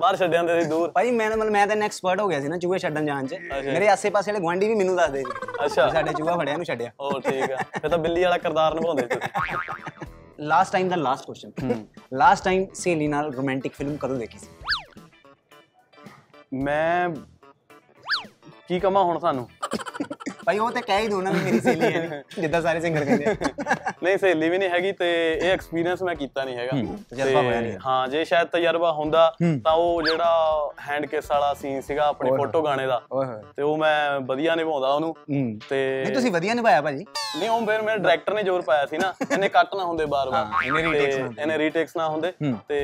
[SPEAKER 3] ਬਾਹਰ ਛੱਡ ਜਾਂਦੇ ਸੀ ਦੂਰ
[SPEAKER 1] ਭਾਈ ਮੈਂ ਮਤਲਬ ਮੈਂ ਤਾਂ ਐਕਸਪਰਟ ਹੋ ਗਿਆ ਸੀ ਨਾ ਚੂਹੇ ਛੱਡਣ ਜਾਣ ਚ ਮੇਰੇ ਆਸੇ-ਪਾਸੇ ਵਾਲੇ ਗੁਆਂਢੀ ਵੀ ਮੈਨੂੰ ਦੱਸਦੇ ਸੀ
[SPEAKER 3] ਅੱਛਾ
[SPEAKER 1] ਵੀ ਸਾਡੇ ਚੂਹਾ ਫੜਿਆ ਨੂੰ ਛੱਡਿਆ
[SPEAKER 3] ਉਹ ਠੀਕ ਆ ਫਿਰ ਤਾਂ ਬਿੱਲੀ ਵਾਲਾ ਕਿਰਦਾਰ ਨਿਭਾਉਂਦੇ ਸੀ ਤੁਸੀਂ।
[SPEAKER 1] ਲਾਸਟ ਟਾਈਮ ਦਾ ਲਾਸਟ ਕੁਐਸਚਨ ਲਾਸਟ ਟਾਈਮ ਸੇਲੀ ਨਾਲ ਰੋਮਾਂਟਿਕ ਫਿਲਮ ਕਦੋਂ ਦੇਖੀ ਸੀ
[SPEAKER 3] ਮੈਂ ਕੀ ਕਮਾ ਹੁਣ ਸਾਨੂੰ
[SPEAKER 1] ਭਾਈ ਉਹ ਤਾਂ ਕਹਿ ਹੀ ਦੋ ਨਾ ਵੀ ਮੇਰੀ ਸੇਲੀ ਹੈ ਨੀ, ਜਿੱਦਾਂ ਸਾਰੇ ਸਿੰਗਰ ਕਹਿੰਦੇ ਆ।
[SPEAKER 3] ਨਹੀਂ ਸਹੇਲੀ ਵੀ ਨਹੀਂ ਹੈਗੀ ਤੇ ਇਹ ਐਕਸਪੀਰੀਅੰਸ ਮੈਂ ਕੀਤਾ ਨਹੀਂ ਹੈਗਾ
[SPEAKER 1] ਤਜਰਬਾ
[SPEAKER 3] ਤੇ
[SPEAKER 1] ਹੋਇਆ ਨਹੀਂ।
[SPEAKER 3] ਹਾਂ ਜੇ ਸ਼ਾਇਦ ਤਜਰਬਾ ਹੁੰਦਾ ਤਾਂ ਉਹ ਜਿਹੜਾ ਹੈਂਡ ਕਿਸ ਵਾਲਾ ਸੀਨ ਸੀਗਾ ਆਪਣੇ ਫੋਟੋ ਗਾਣੇ ਦਾ
[SPEAKER 1] ਓਏ ਹੋਏ
[SPEAKER 3] ਤੇ ਉਹ ਮੈਂ ਵਧੀਆ ਨਿਭਾਉਂਦਾ ਉਹਨੂੰ
[SPEAKER 1] ਹੂੰ।
[SPEAKER 3] ਤੇ
[SPEAKER 1] ਨਹੀਂ ਤੁਸੀਂ ਵਧੀਆ ਨਿਭਾਇਆ ਭਾਜੀ
[SPEAKER 3] ਨਹੀਂ ਉਹ ਫਿਰ ਮੇਰੇ ਡਾਇਰੈਕਟਰ ਨੇ ਜ਼ੋਰ ਪਾਇਆ ਸੀ ਨਾ ਇਹਨੇ ਕੱਟ ਨਾ ਹੁੰਦੇ ਬਾਰ-ਬਾਰ
[SPEAKER 1] ਇਹਨੇ retakes ਨਾ
[SPEAKER 3] ਇਹਨੇ ਰੀਟੇਕਸ ਨਾ ਹੁੰਦੇ ਤੇ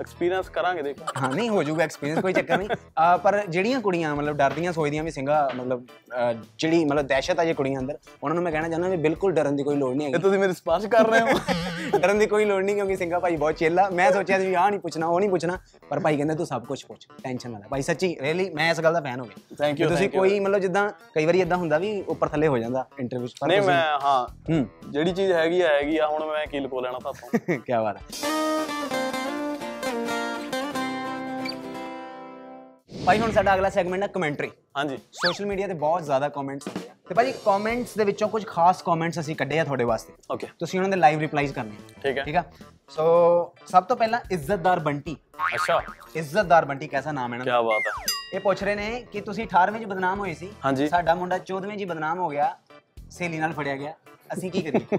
[SPEAKER 3] ਐਕਸਪੀਰੀਅੰਸ ਕਰਾਂਗੇ ਦੇਖੋ
[SPEAKER 1] ਹਾਂ ਨਹੀਂ ਹੋ ਜਾਊਗਾ ਐਕਸਪੀਰੀਅੰਸ ਕੋਈ ਚੱਕਰ ਨਹੀਂ ਆ, ਪਰ ਜਿਹੜੀਆਂ ਕੁੜੀਆਂ ਮਤਲਬ ਡਰਦੀਆਂ ਸੋਚਦੀਆਂ ਵੀ ਸਿੰਗਾ ਮਤਲਬ ਅ, ਜਿਹੜੀ ਮਤਲਬ ਦਹਿਸ਼ਤ ਆ ਜੇ ਕੁੜੀਆਂ ਅੰਦਰ ਉਹਨਾਂ ਨੂੰ ਮੈਂ ਕਹਿਣਾ ਚਾਹੁੰਦਾ ਵੀ ਬਿਲਕੁਲ ਡਰਨ ਦੀ ਕੋਈ ਲੋੜ ਨਹੀਂ ਹੈਗੀ
[SPEAKER 3] ਇਹ ਤੁਸੀਂ ਮੇਰੇ ਸਪਾਰਸ਼ ਕਰ ਰਹੇ ਹੋ
[SPEAKER 1] ਡਰਨ ਦੀ ਕੋਈ ਲੋੜ ਨਹੀਂ ਕਿਉਂਕਿ ਸਿੰਘਾ ਭਾਈ ਬਹੁਤ ਚੇਲਾ ਮੈਂ ਸੋਚਿਆ ਸੀ ਵੀ ਆਹ ਨਹੀਂ ਪੁੱਛਣਾ ਉਹ ਨਹੀਂ ਪੁੱਛਣਾ ਪਰ ਭਾਈ ਕਹਿੰਦੇ ਤੂੰ ਸਭ ਕੁਝ ਪੁੱਛ ਟੈਨਸ਼ਨ ਨਾ ਲੈ ਭਾਈ ਸੱਚੀ ਰੀਅਲੀ ਮੈਂ ਇਸ ਗੱਲ ਦਾ ਫੈਨ ਹੋ ਗਿਆ
[SPEAKER 3] Thank you,
[SPEAKER 1] ਤੁਸੀਂ
[SPEAKER 3] thank you.
[SPEAKER 1] ਕੋਈ ਮਤਲਬ ਜਿੱਦਾਂ ਕਈ ਵਾਰੀ ਇਦਾਂ ਹੁੰਦਾ ਵੀ ਉੱਪਰ ਥੱਲੇ ਹੋ ਜਾਂਦਾ ਇੰਟਰਵਿਊ ਪਰ
[SPEAKER 3] ਨਹੀਂ
[SPEAKER 1] ਤੁਸੀਂ-
[SPEAKER 3] ਮੈਂ ਹਾਂ ਜਿਹੜੀ ਚੀਜ਼ ਹੈਗੀ ਆ ਹੈਗੀ ਆ ਹੁਣ ਮੈਂ ਕੀ ਲਕੋ ਲੈਣਾ ਤੁਹਾਨੂੰ
[SPEAKER 1] ਕੀ ਬਾਤ ਹੈ ਭਾਈ ਹੁਣ ਸਾਡਾ ਅਗਲਾ ਸੈਗਮੈਂਟ ਹੈ ਕਮੈਂਟਰੀ
[SPEAKER 3] ਹਾਂਜੀ
[SPEAKER 1] ਸੋਸ਼ਲ ਮੀਡੀਆ ਤੇ ਬਹੁਤ ਜ਼ਿਆਦਾ ਕਮੈਂਟਸ ਆਉਂਦੇ ਆ ਤੇ ਭਾਜੀ ਕਮੈਂਟਸ ਦੇ ਵਿੱਚੋਂ ਕੁਝ ਖਾਸ ਕਮੈਂਟਸ ਅਸੀਂ ਕੱਢੇ ਆ ਤੁਹਾਡੇ ਵਾਸਤੇ
[SPEAKER 3] ਓਕੇ
[SPEAKER 1] ਤੁਸੀਂ ਉਹਨਾਂ ਦੇ ਲਾਈਵ ਰਿਪਲਾਈਜ਼ ਕਰਨੇ ਆ
[SPEAKER 3] ਠੀਕ ਹੈ
[SPEAKER 1] ਠੀਕ ਆ ਸੋ ਸਭ ਤੋਂ ਪਹਿਲਾਂ ਇੱਜ਼ਤਦਾਰ ਬੰਟੀ
[SPEAKER 3] ਅੱਛਾ
[SPEAKER 1] ਇੱਜ਼ਤਦਾਰ ਬੰਟੀ ਕੈਸਾ ਨਾਮ ਹੈ
[SPEAKER 3] ਕੀ
[SPEAKER 1] ਨਾ
[SPEAKER 3] ਬਾਤ ਆ
[SPEAKER 1] ਇਹ ਪੁੱਛ ਰਹੇ ਨੇ ਕਿ ਤੁਸੀਂ 18ਵੇਂ ਚ ਬਦਨਾਮ ਹੋਏ ਸੀ
[SPEAKER 3] ਹਾਂਜੀ।
[SPEAKER 1] ਸਾਡਾ ਮੁੰਡਾ 14ਵੇਂ ਚ ਹੀ ਬਦਨਾਮ ਹੋ ਗਿਆ ਸੇਲੀ ਨਾਲ ਫੜਿਆ ਗਿਆ ਅਸੀਂ ਕੀ ਕਰੀਏ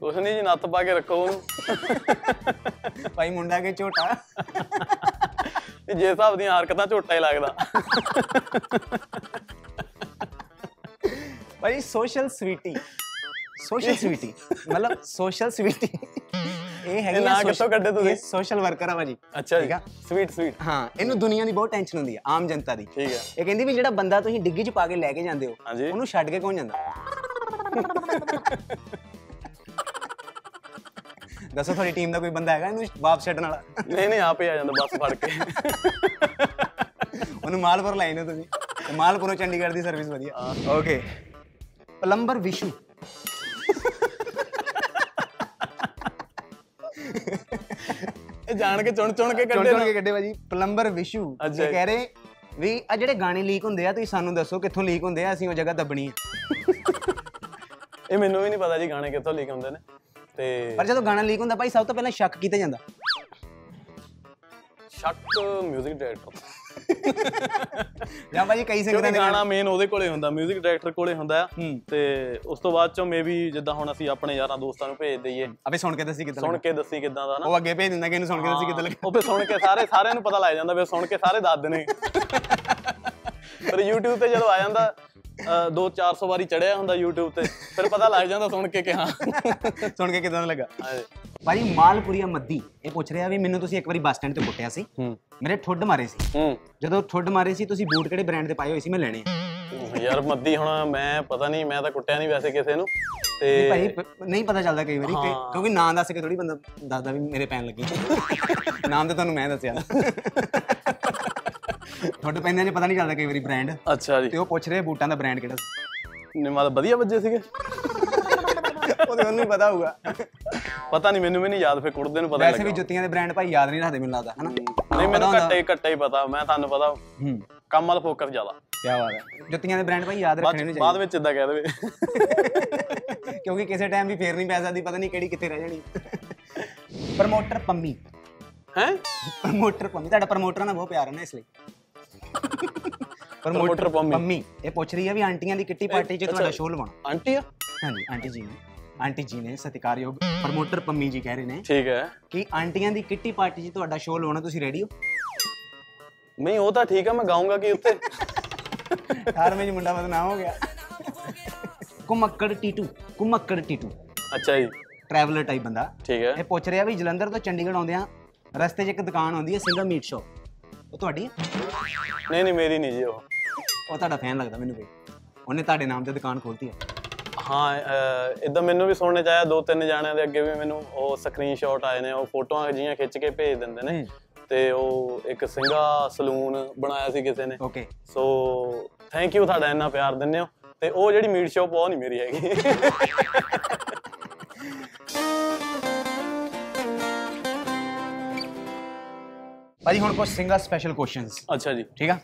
[SPEAKER 3] ਕੁਛ ਨਹੀਂ ਜੀ ਨੱਤ ਪਾ ਕੇ ਰੱਖੋ ਉਹਨੂੰ
[SPEAKER 1] ਭਾਈ ਮੁੰਡਾ ਕੇ ਝੋਟਾ
[SPEAKER 3] ਇਹ ਜੇ ਹਿਸਾਬ ਦੀਆਂ ਹਰਕਤਾਂ ਝੋਟਾ ਹੀ ਲੱਗਦਾ
[SPEAKER 1] ਭਾਈ ਸੋਸ਼ਲ ਸਵੀਟੀ ਸੋਸ਼ਲ ਸਵੀਟੀ ਮਤਲਬ ਸੋਸ਼ਲ ਸਵੀਟੀ ਇਹ ਹੈਗੀ
[SPEAKER 3] ਨਾਂ ਕਿੱਥੋਂ ਕੱਢੇ ਤੁਸੀਂ?
[SPEAKER 1] ਸੋਸ਼ਲ ਵਰਕਰ ਆ ਭਾਜੀ
[SPEAKER 3] ਅੱਛਾ
[SPEAKER 1] ਠੀਕ
[SPEAKER 3] ਜੀ
[SPEAKER 1] ਆ।
[SPEAKER 3] ਸਵੀਟ ਸਵੀਟ
[SPEAKER 1] ਹਾਂ ਇਹਨੂੰ ਦੁਨੀਆ ਦੀ ਬਹੁਤ ਟੈਨਸ਼ਨ ਹੁੰਦੀ ਆ ਆਮ ਜਨਤਾ ਦੀ
[SPEAKER 3] ਠੀਕ ਹੈ
[SPEAKER 1] ਇਹ ਕਹਿੰਦੀ ਵੀ ਜਿਹੜਾ ਬੰਦਾ ਤੁਸੀਂ ਡਿੱਗੀ 'ਚ ਪਾ ਕੇ ਲੈ ਕੇ ਜਾਂਦੇ ਹੋ
[SPEAKER 3] ਹਾਂਜੀ।
[SPEAKER 1] ਉਹਨੂੰ ਛੱਡ ਕੇ ਕੌਣ ਜਾਂਦਾ ਦੱਸੋ ਤੁਹਾਡੀ ਟੀਮ ਦਾ ਕੋਈ ਬੰਦਾ ਹੈਗਾ ਇਹਨੂੰ ਵਾਪਸ ਛੱਡਣ ਵਾਲਾ
[SPEAKER 3] ਨਹੀਂ ਨਹੀਂ ਆਪੇ ਆ ਜਾਂਦਾ ਬੱਸ ਫੜ ਕੇ
[SPEAKER 1] ਉਹਨੂੰ ਮਾਲਪੁਰ ਲਾਈਨ ਹੋ ਤੁਸੀਂ ਤੇ ਮਾਲਪੁਰੋਂ ਚੰਡੀਗੜ੍ਹ ਦੀ ਸਰਵਿਸ ਵਧੀਆ ਓਕੇ ਪਲੰਬਰ ਵਿਸ਼ੂ
[SPEAKER 3] ਇਹ ਜਾਣ ਕੇ ਚੁਣ ਚੁਣ ਕੇ
[SPEAKER 1] ਚੁਣ
[SPEAKER 3] ਕੱਢੇ
[SPEAKER 1] ਚੁਣ
[SPEAKER 3] ਨਾ
[SPEAKER 1] ਕੇ ਕੱਢੇ ਭਾਜੀ ਪਲੰਬਰ ਵਿਸ਼ੂ ਇਹ
[SPEAKER 3] ਅੱਛਾ ਜੀ।
[SPEAKER 1] ਕਹਿ ਰਹੇ ਵੀ ਆ ਜਿਹੜੇ ਗਾਣੇ ਲੀਕ ਹੁੰਦੇ ਆ ਤੁਸੀਂ ਸਾਨੂੰ ਦੱਸੋ ਕਿੱਥੋਂ ਲੀਕ ਹੁੰਦੇ ਆ ਅਸੀਂ ਉਹ ਜਗ੍ਹਾ ਦੱਬਣੀ ਆ
[SPEAKER 3] ਇਹ ਮੈਨੂੰ ਵੀ ਨਹੀਂ ਪਤਾ ਜੀ ਗਾਣੇ ਕਿੱਥੋਂ ਲੀਕ ਹੁੰਦੇ ਨੇ ਤੇ
[SPEAKER 1] ਪਰ ਜਦੋਂ ਗਾਣਾ ਲੀਕ ਹੁੰਦਾ ਭਾਈ ਸਭ ਤੋਂ ਪਹਿਲਾਂ ਸ਼ੱਕ ਕੀਤਾ ਜਾਂਦਾ
[SPEAKER 3] ਸ਼ੱਕ 뮤직 ਡਾਇਰੈਕਟਰ
[SPEAKER 1] ਜਾਂ ਭਾਜੀ ਕਈ ਸਿੰਗਰਾਂ
[SPEAKER 3] ਕਿਉਂਕਿ
[SPEAKER 1] ਦੇ
[SPEAKER 3] ਗਾਣਾ ਮੇਨ ਉਹਦੇ ਕੋਲੇ ਹੁੰਦਾ 뮤직 ਡਾਇਰੈਕਟਰ ਕੋਲੇ ਹੁੰਦਾ ਆ ਤੇ ਉਸ ਤੋਂ ਬਾਅਦ ਚੋਂ ਮੇਬੀ ਜਿੱਦਾਂ ਹੁਣ ਅਸੀਂ ਆਪਣੇ ਯਾਰਾਂ ਦੋਸਤਾਂ ਨੂੰ ਭੇਜ ਦਈਏ
[SPEAKER 1] ਅਬੇ ਸੁਣ ਕੇ ਦੱਸੀ ਕਿੱਦਾਂ
[SPEAKER 3] ਸੁਣ
[SPEAKER 1] ਲੱਗਾ
[SPEAKER 3] ਕੇ ਦੱਸੀ ਕਿਦਾਂ ਦਾ ਨਾ
[SPEAKER 1] ਉਹ ਅੱਗੇ ਭੇਜ ਦਿੰਦਾ ਕਿ ਇਹਨੂੰ ਸੁਣ ਕੇ ਦੱਸੀ ਕਿੱਦਾਂ ਲੱਗਾ
[SPEAKER 3] ਉਹ ਫਿਰ ਸੁਣ ਕੇ ਸਾਰੇ ਸਾਰਿਆਂ ਨੂੰ ਪਤਾ ਲੱਗ ਜਾਂਦਾ ਵੀ ਸੁਣ ਕੇ ਸਾਰੇ ਦੱਸ ਦੇਣੇ ਪਰ YouTube ਤੇ ਜਦੋਂ ਆ ਜਾਂਦਾ 2-400 ਵਾਰੀ ਚੜਿਆ ਹੁੰਦਾ YouTube ਤੇ ਫਿਰ ਪਤਾ ਲੱਗ ਜਾਂਦਾ ਸੁਣ ਕੇ ਕਿ ਹਾਂ
[SPEAKER 1] ਸੁਣ ਕੇ ਕਿੱਦਾਂ ਦਾ ਲੱਗਾ
[SPEAKER 3] ਹਾਂਜੀ।
[SPEAKER 1] ਭਾਜੀ ਮਾਲਪੁਰੀਆ ਮੱਦੀ ਇਹ ਪੁੱਛ ਰਿਹਾ ਵੀ ਮੈਨੂੰ ਤੁਸੀਂ ਇੱਕ ਵਾਰੀ ਬੱਸ ਸਟੈਂਡ ਤੇ ਕੁੱਟਿਆ ਸੀ
[SPEAKER 3] ਹੂੰ
[SPEAKER 1] ਮੇਰੇ ਠੁੱਡ ਮਾਰੇ ਸੀ
[SPEAKER 3] ਹੂੰ
[SPEAKER 1] ਜਦੋਂ ਠੁੱਡ ਮਾਰੇ ਸੀ ਤੁਸੀਂ ਬੂਟ ਕਿਹੜੇ ਬ੍ਰਾਂਡ ਦੇ ਪਾਏ ਹੋਏ ਸੀ ਮੈਂ ਲੈਣੇ ਆ।
[SPEAKER 3] ਯਾਰ ਮੱਦੀ ਹੁਣ ਮੈਂ ਪਤਾ ਨਹੀਂ ਮੈਂ ਤਾਂ ਕੁੱਟਿਆ ਨਹੀਂ ਵੈਸੇ ਕਿਸੇ ਨੂੰ
[SPEAKER 1] ਨਹੀਂ
[SPEAKER 3] ਤੇ
[SPEAKER 1] ਭਾਈ ਪ- ਨਹੀਂ ਪਤਾ ਚੱਲਦਾ ਕਈ ਵਾਰੀ ਕਿ-
[SPEAKER 3] ਹਾਂ।
[SPEAKER 1] ਕਿਉਂਕਿ ਨਾਂ ਦੱਸ ਕੇ ਥੋੜੀ ਬੰਦਾ ਦੱਸਦਾ ਵੀ ਮੇਰੇ ਪੈਣ ਲੱਗੀ ਨਾਮ ਤੇ ਤੁਹਾਨੂੰ ਮੈਂ ਦੱਸਿਆ ਤੁਹਾਡੇ ਪੈਂਦਿਆਂ 'ਚ ਪਤਾ ਨਹੀਂ ਚੱਲਦਾ ਕਈ ਵਾਰੀ ਬ੍ਰਾਂਡ
[SPEAKER 3] ਅੱਛਾ ਜੀ
[SPEAKER 1] ਤੇ ਉਹ ਪੁੱਛ ਰਹੇ ਬੂਟਾਂ ਦਾ ਬ੍ਰਾਂਡ ਕਿਹੜਾ ਸੀ
[SPEAKER 3] ਨੇ ਮਤਲਬ ਵਧੀਆ ਵੱਜੇ ਸੀਗੇ
[SPEAKER 1] ਉਹ ਤੇ ਉਹਨੂੰ ਪਤਾ ਹੋਊਗਾ
[SPEAKER 3] ਪਤਾ ਨਹੀਂ ਮੈਨੂੰ ਵੀ ਨਹੀਂ ਯਾਦ ਫਿਰ ਕੁੜਦੇ ਨੂੰ ਪਤਾ
[SPEAKER 1] ਵੈਸੇ
[SPEAKER 3] ਲੱਗਾ
[SPEAKER 1] ਵੀ ਜੁੱਤੀਆਂ ਦੇ ਬ੍ਰਾਂਡ ਭਾਈ ਯਾਦ ਨਹੀਂ ਰੱਖਦੇ ਮੈਨੂੰ ਲੱਗਦਾ ਹਨਾ
[SPEAKER 3] ਨਹੀਂ ਮੈਨੂੰ
[SPEAKER 1] ਪਤਾ
[SPEAKER 3] ਘੱਟੇ ਘੱਟੇ ਹੀ ਪਤਾ ਮੈਂ ਤੁਹਾਨੂੰ ਪਤਾ
[SPEAKER 1] ਹੂੰ
[SPEAKER 3] ਕੰਮ ਵੱਲ ਫੋਕਸ ਜ਼ਿਆਦਾ
[SPEAKER 1] ਕੀ ਬਾਤ ਹੈ ਜੁੱਤੀਆਂ ਦੇ ਬ੍ਰਾਂਡ ਭਾਈ ਯਾਦ ਰੱਖਣੇ ਨਹੀਂ
[SPEAKER 3] ਬਾਅਦ- ਬਾਅਦ ਵਿੱਚ ਇਦਾਂ ਕਹਿ ਦੇਵੇ
[SPEAKER 1] ਚਾਹੀਦੇ ਕਿਉਂਕਿ ਕਿਸੇ ਟਾਈਮ ਵੀ ਫੇਰ ਨਹੀਂ ਪੈ ਸਕਦੀ ਪਤਾ ਨਹੀਂ ਕਿਹੜੀ ਕਿੱਥੇ ਰਹਿ ਜਾਣੀ ਪ੍ਰਮੋਟਰ ਪੰਮੀ
[SPEAKER 3] ਹੈ
[SPEAKER 1] ਪ੍ਰਮੋਟਰ ਪੰਮੀ ਤੁਹਾਡਾ ਪ੍ਰਮੋਟਰ ਨਾਲ ਬਹੁਤ ਪਿਆਰ ਹੈ ਨਾ ਇਸ ਲਈ
[SPEAKER 3] Promoter ਪੰਮੀ।
[SPEAKER 1] ਪੰਮੀ ਇਹ ਪੁੱਛ ਰਹੀ ਹੈ ਵੀ ਆਂਟੀਆਂ ਦੀ ਕਿੱਟੀ ਪਾਰਟੀ 'ਚ ਤੁਹਾਡਾ ਸ਼ੋਅ ਲਵਾਉਣਾ
[SPEAKER 3] ਆਂਟੀ ਆ
[SPEAKER 1] ਹਾਂਜੀ ਆਂਟੀ ਜੀ ਨੇ ਆਂਟੀ ਜੀ ਨੇ ਸਤਿਕਾਰਯੋਗ ਪ੍ਰਮੋਟਰ ਪੰਮੀ ਜੀ ਕਹਿ ਰਹੇ ਨੇ
[SPEAKER 3] ਠੀਕ ਹੈ
[SPEAKER 1] ਕਿ ਆਂਟੀਆਂ ਦੀ ਕਿੱਟੀ ਪਾਰਟੀ 'ਚ ਤੁਹਾਡਾ ਸ਼ੋਅ ਲਵਾਉਣਾ ਤੁਸੀਂ ਰੈਡੀ ਹੋ
[SPEAKER 3] ਨਹੀਂ ਉਹ ਤਾਂ ਠੀਕ ਆ ਮੈਂ ਗਾਉਂਗਾ ਕਿ ਉੱਥੇ
[SPEAKER 1] ਯਾਰ ਮੇਰੇ ਮੁੰਡਾ ਬਦਨਾਮ ਹੋ ਗਿਆ ਕੁਮੱਕੜ ਟੀਟੂ ਕੁਮੱਕੜ ਟੀਟੂ
[SPEAKER 3] ਅੱਛਾ ਜੀ
[SPEAKER 1] ਟਰੈਵਲਰ ਟਾਈਪ ਬੰਦਾ
[SPEAKER 3] ਠੀਕ
[SPEAKER 1] ਇਹ
[SPEAKER 3] ਹੈ
[SPEAKER 1] ਪੁੱਛ ਰਿਹਾ ਵੀ ਜਲੰਧਰ ਤੋਂ ਚੰਡੀਗੜ੍ਹ ਆਉਂਦਿਆਂ ਰਸਤੇ 'ਚ ਇੱਕ ਦੁਕਾਨ ਆਉਂਦੀ ਹੈ ਸਿੰਘਾ ਮੀਟ ਸ਼ਾਪ ਉਹ ਤੁਹਾਡੀ ਹੈ
[SPEAKER 3] ਨਹੀਂ ਨਹੀਂ ਮੇਰੀ ਨਹੀਂ ਜੀ ਉਹ
[SPEAKER 1] ਉਹ ਤੁਹਾਡਾ ਫੈਨ ਲੱਗਦਾ ਮੈਨੂੰ ਵੀ ਉਹਨੇ ਤੁਹਾਡੇ ਨਾਮ ਤੇ ਦੁਕਾਨ ਖੋਲਤੀ ਹੈ
[SPEAKER 3] ਹਾਂ ਇਦਾਂ ਮੈਨੂੰ ਵੀ ਸੁਣਨੇ ਚਾਇਆ ਦੋ ਤਿੰਨ ਜਾਣਿਆਂ ਦੇ ਅੱਗੇ ਵੀ ਮੈਨੂੰ ਉਹ ਸਕਰੀਨਸ਼ਾਟ ਆਏ ਨੇ ਉਹ ਫੋਟੋਆਂ ਜਿਹੀਆਂ ਖਿੱਚ ਕੇ ਭੇਜ ਦਿੰਦੇ ਨੇ ਤੇ ਉਹ ਇੱਕ ਸਿੰਘਾ ਸਲੂਨ ਬਣਾਇਆ ਸੀ ਕਿਸੇ ਨੇ
[SPEAKER 1] ਓਕੇ
[SPEAKER 3] ਸੋ ਥੈਂਕ ਯੂ ਤੁਹਾਡਾ ਇੰਨਾ ਪਿਆਰ ਦਿੰਦੇ ਹੋ ਤੇ ਉਹ ਜਿਹੜੀ ਮੀਟ ਸ਼ਾਪ ਉਹ ਨਹੀਂ ਮੇਰੀ ਹੈਗੀ
[SPEAKER 1] ਭਾਜੀ ਹੁਣ ਕੁਝ ਸਿੰਘਾ ਸਪੈਸ਼ਲ ਕੁਐਸਚਨਸ
[SPEAKER 3] ਅੱਛਾ ਜੀ
[SPEAKER 1] ਠੀਕ ਆ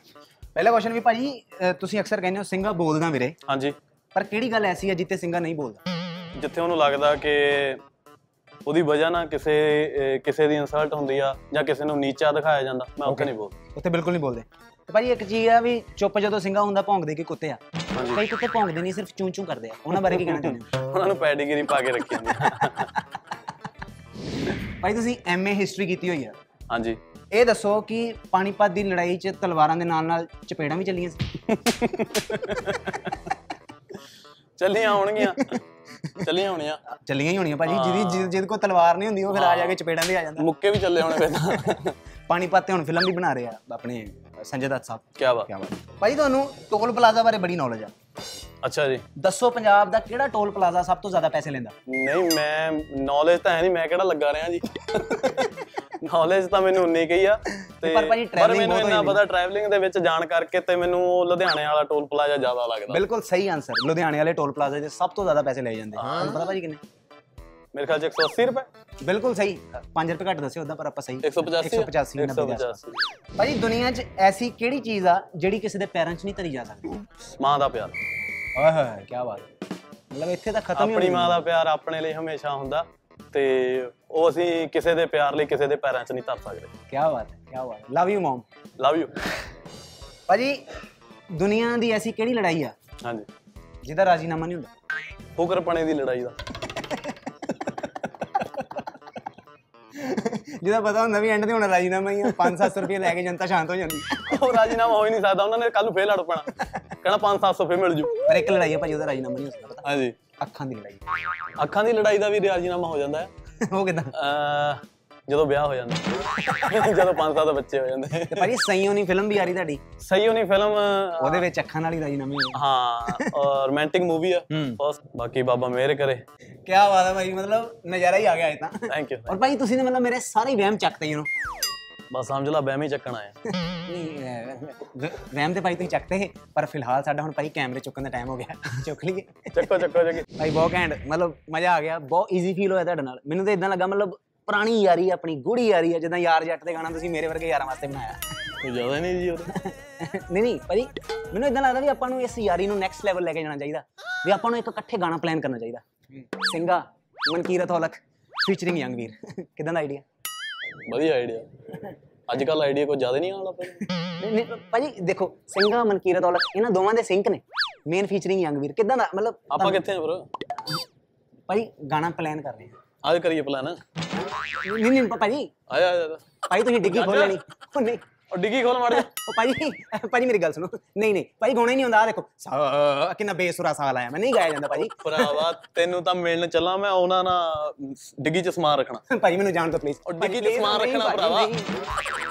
[SPEAKER 1] ਪਹਿਲਾ ਕੁਐਸਚਨ ਵੀ ਭਾਜੀ ਅਹ, ਤੁਸੀਂ ਅਕਸਰ ਕਹਿੰਦੇ ਹੋ ਸਿੰਘਾ ਬੋਲਦਾ ਵੀਰੇ
[SPEAKER 3] ਹਾਂਜੀ
[SPEAKER 1] ਪਰ ਕਿਹੜੀ ਗੱਲ ਐਸੀ ਹੈ ਜਿੱਤੇ ਸਿੰਘਾ ਨਹੀਂ ਬੋਲਦਾ
[SPEAKER 3] ਜਿੱਥੇ ਉਹਨੂੰ ਲੱਗਦਾ ਕਿ ਉਹਦੀ ਵਜ੍ਹਾ ਨਾਲ ਕਿਸੇ ਅਹ, ਕਿਸੇ ਦੀ ਇਨਸਲਟ ਹੁੰਦੀ ਆ ਜਾਂ ਕਿਸੇ ਨੂੰ ਨੀਚਾ ਦਿਖਾਇਆ ਜਾਂਦਾ ਮੈਂ ਉੱਥੇ ਨਹੀਂ ਬੋਲਦਾ
[SPEAKER 1] ਉੱਥੇ ਬਿਲਕੁਲ ਨਹੀਂ ਬੋਲਦੇ ਤੇ ਭਾਜੀ ਇੱਕ ਚੀਜ਼ ਆ ਵੀ ਚੁੱਪ ਜਦੋਂ ਸਿੰਘਾ ਹੁੰਦਾ ਭੌਂਕਦੇ ਕਿ ਕੁੱਤੇ ਆ
[SPEAKER 3] ਹਾਂਜੀ।
[SPEAKER 1] ਕਈ ਕੁੱਤੇ ਭੌਂਕਦੇ ਨਹੀਂ ਸਿਰਫ ਚੂੰ ਚੂੰ ਕਰਦੇ ਆ ਉਹਨਾਂ ਬਾਰੇ ਕੀ ਕਹਿਣਾ ਚਾਹੁੰਦੇ ਹੋ
[SPEAKER 3] ਉਹਨਾਂ ਨੂੰ ਪੈਡੀਗਰੀ ਪਾ ਕੇ ਰੱਖੀ ਹੁੰਦੀ ਆ।
[SPEAKER 1] ਭਾਈ ਤੁਸੀਂ ਐਮਏ ਹਿਸਟਰੀ ਕੀਤੀ ਹੋਈ ਆ
[SPEAKER 3] ਹਾਂਜੀ
[SPEAKER 1] ਇਹ ਦੱਸੋ ਕਿ ਪਾਣੀਪਤ ਦੀ ਲੜਾਈ 'ਚ ਤਲਵਾਰਾਂ ਦੇ ਨਾਲ ਨਾਲ ਚਪੇੜਾਂ ਵੀ ਚੱਲੀਆਂ ਸੀ
[SPEAKER 3] ਚੱਲੀਆਂ ਆਉਣਗੀਆਂ ਚੱਲੀਆਂ ਹੋਣੀਆਂ
[SPEAKER 1] ਚੱਲੀਆਂ ਹੀ ਹੋਣੀਆਂ ਭਾਜੀ ਜਿਹਦੀ ਜਿਹਦੇ ਕੋਲ ਤਲਵਾਰ ਨਹੀਂ ਹੁੰਦੀ ਉਹ ਫਿਰ ਆ ਜਾ ਕੇ ਚਪੇੜਾਂ ਵੀ ਆ ਜਾਂਦਾ
[SPEAKER 3] ਮੁੱਕੇ ਵੀ ਚੱਲੇ ਹੋਣੇ ਫਿਰ ਤਾਂ
[SPEAKER 1] ਪਾਣੀਪਤ ਤੇ ਹੁਣ ਫਿਲਮ ਵੀ ਬਣਾ ਰਹੇ ਆ ਆਪਣੇ ਸੰਜੇ ਦੱਤ ਸਾਹਿਬ
[SPEAKER 3] ਕੀ ਬਾਤ
[SPEAKER 1] ਕਿਆ ਬਾਤ ਹੈ। ਭਾਜੀ ਤੁਹਾਨੂੰ ਟੋਲ ਪਲਾਜ਼ਾ ਬਾਰੇ ਬੜੀ ਨੌਲੇਜ ਆ
[SPEAKER 3] ਅੱਛਾ ਜੀ
[SPEAKER 1] ਦੱਸੋ ਪੰਜਾਬ ਦਾ ਕਿਹੜਾ ਟੋਲ ਪਲਾਜ਼ਾ ਸਭ ਤੋਂ ਜ਼ਿਆਦਾ ਪੈਸੇ ਲੈਂਦਾ
[SPEAKER 3] ਨਹੀਂ ਮੈਂ ਨੌਲੇਜ ਤਾਂ ਹੈ ਨਹੀਂ ਮੈਂ ਕਿਹੜਾ ਲੱਗਾ ਰਿਹਾ ਜੀ ਨੌਲੇਜ ਤਾਂ ਮੈਨੂੰ ਉਨੀ ਕਹੀ ਆ ਤੇ
[SPEAKER 1] ਪਰ ਭਾਜੀ travelling
[SPEAKER 3] ਮੈਨੂੰ
[SPEAKER 1] ਬਹੁਤ
[SPEAKER 3] ਇੰਨਾ
[SPEAKER 1] ਹੋਈ
[SPEAKER 3] ਪਤਾ ਟਰੈਵਲਿੰਗ ਦੇ ਵਿੱਚ ਜਾਣ ਕਰਕੇ ਤੇ ਮੈਨੂੰ ਉਹ ਲੁਧਿਆਣੇ ਵਾਲਾ ਟੋਲ ਪਲਾਜ਼ਾ ਜ਼ਿਆਦਾ ਲੱਗਦਾ
[SPEAKER 1] ਬਿਲਕੁਲ ਸਹੀ ਆਨਸਰ ਲੁਧਿਆਣੇ ਵਾਲੇ ਟੋਲ ਪਲਾਜ਼ਾ ਦੇ ਸਭ ਤੋਂ ਜ਼ਿਆਦਾ ਪੈਸੇ ਲਏ ਜਾਂਦੇ ਤੁਹਾਨੂੰ ਪਤਾ ਭਾਜੀ ਕਿੰਨੇ
[SPEAKER 3] ਮੇਰੇ ਖਿਆਲ ਚ 180 ਰੁਪਏ
[SPEAKER 1] ਬਿਲਕੁਲ ਸਹੀ 5 ਰੁਪਏ ਘੱਟ ਦੱਸਿਓ ਉਦਾਂ ਪਰ ਆਪਾਂ ਸਹੀ
[SPEAKER 3] 185
[SPEAKER 1] 185 90 ਦੇ ਆਸ-ਪਾਸ।
[SPEAKER 3] 185
[SPEAKER 1] ਭਾਜੀ ਦੁਨੀਆ 'ਚ ਐਸੀ ਕਿਹੜੀ ਚੀਜ਼ ਆ ਜਿਹੜੀ ਕਿਸੇ ਦੇ ਪੈਰਾਂ 'ਚ ਨਹੀਂ ਧਰੀ ਜਾ ਸਕਦੀ
[SPEAKER 3] ਮਾਂ ਦਾ ਪਿਆਰ
[SPEAKER 1] ਆਏ ਹਾਏ ਕੀ ਬਾਤ ਹੈ। ਮਤਲਬ ਇੱਥੇ ਤਾਂ ਖਤਮ ਹੀ
[SPEAKER 3] ਆਪਣੀ
[SPEAKER 1] ਹੋਣੀ
[SPEAKER 3] ਮਾਂ ਦਾ ਪਿਆਰ ਆਪਣੇ ਲਈ ਹਮੇਸ਼ਾ ਹੁੰਦਾ ਤੇ ਉਹ ਅਸੀਂ ਕਿਸੇ ਦੇ ਪਿਆਰ ਲਈ ਕਿਸੇ ਦੇ ਪੈਰਾਂ 'ਚ ਨਹੀਂ ਧਰ ਸਕਦੇ
[SPEAKER 1] ਕੀ ਬਾਤ ਹੈ ਕੀ ਬਾਤ ਹੈ love you mum
[SPEAKER 3] love you
[SPEAKER 1] ਭਾਜੀ ਦੁਨੀਆ ਦੀ ਐਸੀ ਕਿਹੜੀ ਲੜਾਈ ਆ
[SPEAKER 3] ਹਾਂਜੀ
[SPEAKER 1] ਜਿਹਦਾ ਰਾਜ਼ੀਨਾਮਾ ਨਹੀਂ ਹੁੰਦਾ
[SPEAKER 3] ਫੁਕਰਪਣੇ ਦੀ ਲੜਾਈ ਦਾ
[SPEAKER 1] ਜਿਹਦਾ ਪਤਾ ਹੁੰਦਾ ਵੀ ਐਂਡ ਤੇ ਹੁਣ ਰਾਜ਼ੀਨਾਮਾ ਹੀ ਆ 5-700 ਰੁਪਏ ਲੈ ਕੇ ਜਨਤਾ ਸ਼ਾਂਤ ਹੋ ਜਾਂਦੀ
[SPEAKER 3] ਉਹ ਰਾਜੀਨਾਮਾ ਹੋ ਹੀ ਨਹੀਂ ਸਕਦਾ ਉਹਨਾਂ ਨੇ ਕੱਲ ਨੂੰ ਫੇਰ ਲੜ ਪੈਣਾ ਕਹਿਣਾ 5-700 ਫੇਰ ਮਿਲ ਜੂ
[SPEAKER 1] ਪਰ ਇੱਕ ਲੜਾਈ ਆ ਭਾਜੀ ਉਹਦਾ ਰਾਜ਼ੀਨਾਮਾ ਨਹੀਂ ਹੋ ਸਕਦਾ ਪਤਾ
[SPEAKER 3] ਹਾਂਜੀ
[SPEAKER 1] ਅੱਖਾਂ ਦੀ ਲੜਾਈ
[SPEAKER 3] ਅੱਖਾਂ ਦੀ ਲੜਾਈ ਦਾ ਵੀ ਰਾਜੀਨਾਮਾ ਹੋ ਜਾਂਦਾ ਹੈ
[SPEAKER 1] ਉਹ ਕਿਦਾਂ
[SPEAKER 3] ਅਹ, ਜਦੋਂ ਵਿਆਹ ਹੋ ਜਾਂਦਾ ਹੈ। ਜਦੋਂ 5-7 ਬੱਚੇ ਹੋ ਜਾਂਦੇ
[SPEAKER 1] ਤੇ ਭਾਜੀ ਸਈਓ ਨਹੀਂ ਫਿਲਮ ਵੀ ਆ ਰਹੀ ਤੁਹਾਡੀ
[SPEAKER 3] ਸਹੀ ਹੋਣੀ ਫਿਲਮ
[SPEAKER 1] ਉਹਦੇ ਵਿੱਚ ਅੱਖਾਂ ਨਾਲ ਹੀ ਰਾਜ਼ੀਨਾਮੇ ਹੋਏ
[SPEAKER 3] ਹਾਂ ਔਰ ਰੋਮਾਂਟਿਕ ਮੂਵੀ ਆ ਫਸਟ ਬਾਕੀ ਬਾਬਾ ਮਿਹਰ ਕਰੇ
[SPEAKER 1] ਕੀ ਬਾਤ ਹੈ ਭਾਈ ਮਤਲਬ ਨਜ਼ਾਰਾ ਹੀ ਆ ਗਿਆ ਇਹ ਤਾਂ
[SPEAKER 3] ਥੈਂਕ ਯੂ
[SPEAKER 1] ਔਰ ਭਾਈ ਤੁਸੀਂ ਨੇ ਮਤਲਬ ਮੇਰੇ ਸਾਰੇ ਵਹਿਮ ਚੱਕਤੇ ਯੂ
[SPEAKER 3] ਬਸ ਸਮਝ ਲਾ ਬਹਿਮੀ ਚੱਕਣ ਆਇਆ
[SPEAKER 1] ਨਹੀਂ ਅਹ, ਵ- ਵਹਿਮ ਤੇ ਭਾਈ ਤੁਸੀਂ ਚੱਕਤੇ ਪਰ ਫਿਲਹਾਲ ਸਾਡਾ ਹੁਣ ਭਾਈ ਕੈਮਰੇ ਚੁੱਕਣ ਦਾ ਟਾਈਮ ਹੋ ਗਿਆ ਚੁੱਕ ਲਈਏ
[SPEAKER 3] ਚੱਕੋ ਚੱਕੋ ਚੱਕੀ
[SPEAKER 1] ਭਾਈ ਬਹੁਤ ਘੈਂਟ ਮਤਲਬ ਮਜ਼ਾ ਆ ਗਿਆ ਬਹੁਤ ਈਜ਼ੀ ਫੀਲ ਹੋਇਆ ਤੁਹਾਡੇ ਨਾਲ ਮੈਨੂੰ ਤਾਂ ਇਦਾਂ ਲੱਗਾ ਮਤਲਬ ਪੁਰਾਣੀ ਯਾਰੀ ਆ, ਆਪਣੀ ਗੂੜੀ ਯਾਰੀ ਆ ਜਿੱਦਾਂ ਯਾਰ ਜੱਟ ਦੇ ਗਾਣਾ ਤੁਸੀਂ ਮੇਰੇ ਵਰਗੇ ਯਾਰਾਂ ਵਾਸਤੇ ਬਣਾਇਆ
[SPEAKER 3] ਕੋਈ ਜ਼ਿਆਦਾ ਨਹੀਂ ਜੀ ਉਹਦਾ
[SPEAKER 1] ਨਹੀਂ ਨਹੀਂ ਭਾਜੀ ਮੈਨੂੰ ਇਦਾਂ ਲੱਗਦਾ ਵੀ ਆਪਾਂ ਨੂੰ ਇਸ ਯਾਰੀ ਨੂੰ ਨੈਕਸਟ ਲੈਵਲ ਲੈ ਕੇ ਜਾਣਾ ਚਾਹੀਦਾ ਵੀ ਆਪਾਂ ਨੂੰ ਇੱਕ ਇਕੱਠੇ ਗਾਣਾ ਪਲਾਨ ਕਰਨਾ ਚਾਹੀਦਾ ਸਿੰਘਾ ਮਨਕੀਰਤ ਔਲਖ ਫੀਚਰਿੰਗ ਯੰਗਵੀਰ ਕਿਦਾਂ ਦਾ ਆਈਡੀਆ
[SPEAKER 3] ਵਧੀਆ ਆਈਡੀਆ ਅੱਜ ਕੱਲ ਆਈਡੀਆ ਕੋਈ ਜ਼ਿਆਦਾ ਨਹੀਂ ਆਉਣਾ ਪਰ
[SPEAKER 1] ਨਹੀਂ ਨਹੀਂ, ਭਾਜੀ ਦੇਖੋ ਸਿੰਘਾ ਮਨਕੀਰਤ ਔਲਖ ਇਹਨਾਂ ਦੋਵਾਂ ਦੇ ਸਿੰਕ ਨੇ ਮੇਨ ਫੀਚਰਿੰਗ ਯੰਗਵੀਰ ਕਿਦਾਂ ਦਾ ਮਤਲਬ
[SPEAKER 3] ਆਪਾਂ ਕਿੱਥੇ ਆ ਬ్రో
[SPEAKER 1] ਭਾਜੀ ਗਾਣਾ ਪਲਾਨ ਕਰ ਰਹੇ ਹਾਂ
[SPEAKER 3] ਆਜ ਕਰੀਏ ਪਲਾਨ ਆ
[SPEAKER 1] ਨਹੀਂ ਨਹੀਂ ਭਾਜੀ
[SPEAKER 3] ਜਾ ਆ ਜਾ
[SPEAKER 1] ਭਾਈ ਤੁਸੀਂ ਡਿੱਗੀ ਖੋਲ ਲੈਣੀ ਉਹ ਨਹੀਂ
[SPEAKER 3] ਉਹ ਡਿੱਗੀ ਖੋਲ ਮਾਰ ਜਾ
[SPEAKER 1] ਉਹ ਭਾਜੀ ਭਾਜੀ ਮੇਰੀ ਗੱਲ ਸੁਣੋ ਨਹੀਂ ਨਹੀਂ ਭਾਈ ਗਾਉਣਾ ਹੀ ਨਹੀਂ ਹੁੰਦਾ ਆ ਦੇਖੋ ਸਾ ਕਿੰਨਾ ਬੇਸੁਰਾ ਸਾਹ ਲਾਇਆ ਮੈਂ ਨਹੀਂ ਗਾਇਆ ਜਾਂਦਾ ਭਾਜੀ
[SPEAKER 3] ਭਰਾਵਾ ਤੈਨੂੰ ਤਾਂ ਮਿਲਣ ਚੱਲਾਂ ਮੈਂ ਉਹਨਾਂ ਨਾਲ ਡਿੱਗੀ ਚ ਸਮਾਨ ਰੱਖਣਾ
[SPEAKER 1] ਭਾਈ ਮੈਨੂੰ ਜਾਣ ਦਿਓ ਪਲੀਜ਼
[SPEAKER 3] ਉਹ ਡਿੱਗੀ ਚ ਸਮਾਨ ਰੱਖਣਾ ਭਰਾਵਾ